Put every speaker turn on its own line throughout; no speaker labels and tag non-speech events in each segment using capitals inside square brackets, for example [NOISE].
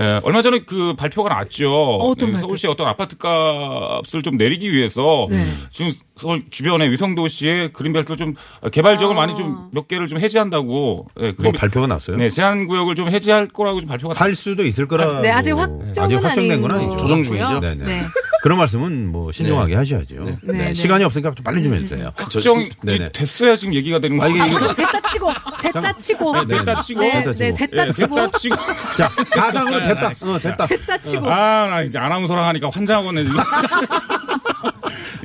예, 얼마 전에 그 발표가 나왔죠. 예,
어떤 발표?
서울시 의 어떤 아파트 값을 좀 내리기 위해서
네.
지금 서울 주변의 위성도시의 그린벨트 좀 개발적을 많이 좀
아.
몇 개를 좀 해제한다고. 예,
뭐
그린-
발표가 났어요?
네, 제한 구역을 좀 해제할 거라고 좀 발표가
할 수도 있을 거라.
네, 아직 확정은
된
아닌
건 아니죠.
거고요.
조정 중이죠?
네, 네.
네.
그런 말씀은 뭐 신중하게 하셔야죠. 네.
네, 네.
시간이 없으니까 좀 빨리 좀 해주세요.
확정이
네네.
됐어야 지금 얘기가 되는
아, 이게-
거예요.
이게-
아, 됐다 치고, 됐다 치고.
네,
됐다 치고.
네,
됐다
네,
치고.
됐다
예,
치고.
됐다 치고.
자, 가상으로 됐다. 어, 됐다.
됐다 치고.
아, 나 이제 아나운서랑 하니까 환장하겠네. [LAUGHS] 지금.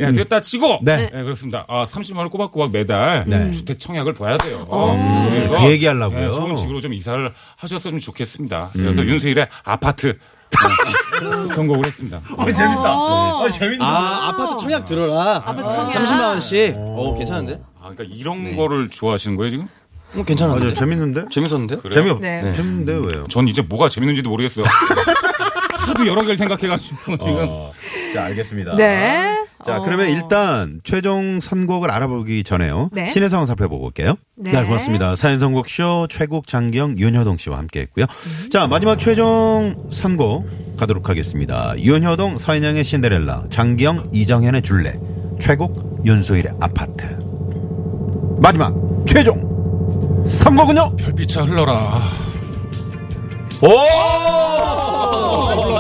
예, 됐다 치고.
네.
예, 그렇습니다. 아, 30만 원 꼬박꼬박 매달 주택 청약을 봐야 돼요. 어, 그래서
그 얘기하려고요. 음.
예, 좋은 집으로 좀 이사를 하셨으면 좋겠습니다. 그래서 윤수일의 아파트 [LAUGHS] 예, 선곡을 했습니다.
재밌다.
어.
재밌다.
아, 아파트 청약 들어라.
아파트 청약.
30만 원씩. 어, 괜찮은데?
아, 그러니까 이런 거를 좋아하시는 거예요, 지금?
어, 괜찮은데?
맞아, 재밌는데?
재밌었는데?
그래요?
재미없.
네.
재밌는데 왜요?
전 이제 뭐가 재밌는지도 모르겠어요. [LAUGHS] 하도 여러 개를 생각해가지고 지금.
어. 자, 알겠습니다.
네.
자,
어.
그러면 일단 최종 선곡을 알아보기 전에요.
네.
신의 상황 살펴보고 올게요.
네.
네, 고맙습니다. 사연 선곡쇼 최국 장경 윤효동 씨와 함께 했고요. 자, 마지막 최종 선곡 가도록 하겠습니다. 윤효동 서인영의 신데렐라, 장경 이정현의 줄래, 최국 윤수일의 아파트. 마지막 최종 선곡은요?
별빛아 흘러라.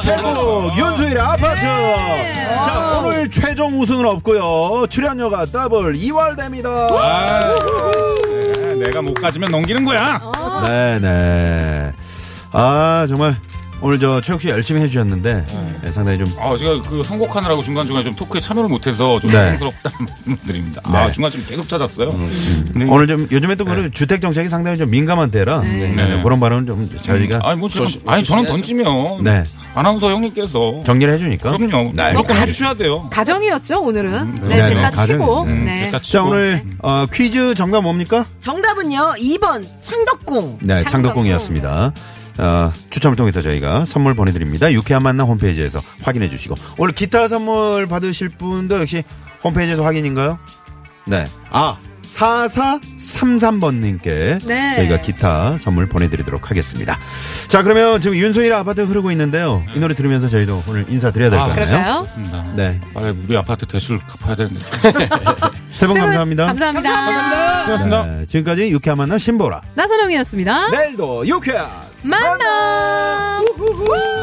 최국 윤수일의 아파트.
네.
자
아.
오늘 최종 우승은 없고요. 출연료가 더블 2월됩니다.
아, 네, 내가 못 가지면 넘기는 거야.
네네. 아 정말 오늘 저 최욱 씨 열심히 해주셨는데 네, 상당히 좀
아, 제가 그 선곡하느라고 중간중간에 좀 토크에 참여를 못해서 좀
네.
죄송스럽다는 [LAUGHS] 말씀을 드립니다. 아,
네.
중간 좀 계속 찾았어요. 네.
오늘 좀 요즘에 또 그런 주택 정책이 상당히 좀 민감한 때라 네, 네, 그런 발언은 좀 저희가
아니, 뭐, 저,
조심-
아니, 저는
조심해야죠.
던지면.
네.
아나운서 형님께서.
정리를 해주니까.
그럼요.
네,
무조건
알겠습니다.
해주셔야 돼요.
[LAUGHS] 가정이었죠, 오늘은. 네,
네,
됐다
네, 가정.
치고.
음,
네.
그러니까
자
치고.
오늘 어, 퀴즈 정답 뭡니까?
정답은요. 2번 창덕궁.
네, 창덕궁이었습니다. 어, 추첨을 통해서 저희가 선물 보내드립니다. 유쾌한 만남 홈페이지에서 확인해 주시고 오늘 기타 선물 받으실 분도 역시 홈페이지에서 확인인가요? 네. 아, 4433번님께
네.
저희가 기타 선물 보내드리도록 하겠습니다. 자, 그러면 지금 윤소일 아파트 흐르고 있는데요. 이 노래 들으면서 저희도 오늘 인사드려야 될 것
아,
같아요.
그럴까요?
맞습니다.
네.
빨리 우리 아파트 대출 갚아야 되는데.
세 분 감사합니다.
감사합니다.
수고하셨습니다.
네, 지금까지 유쾌한 만남 신보라. 네,
나선홍이었습니다.
내일도 유쾌한
만나. 우후후.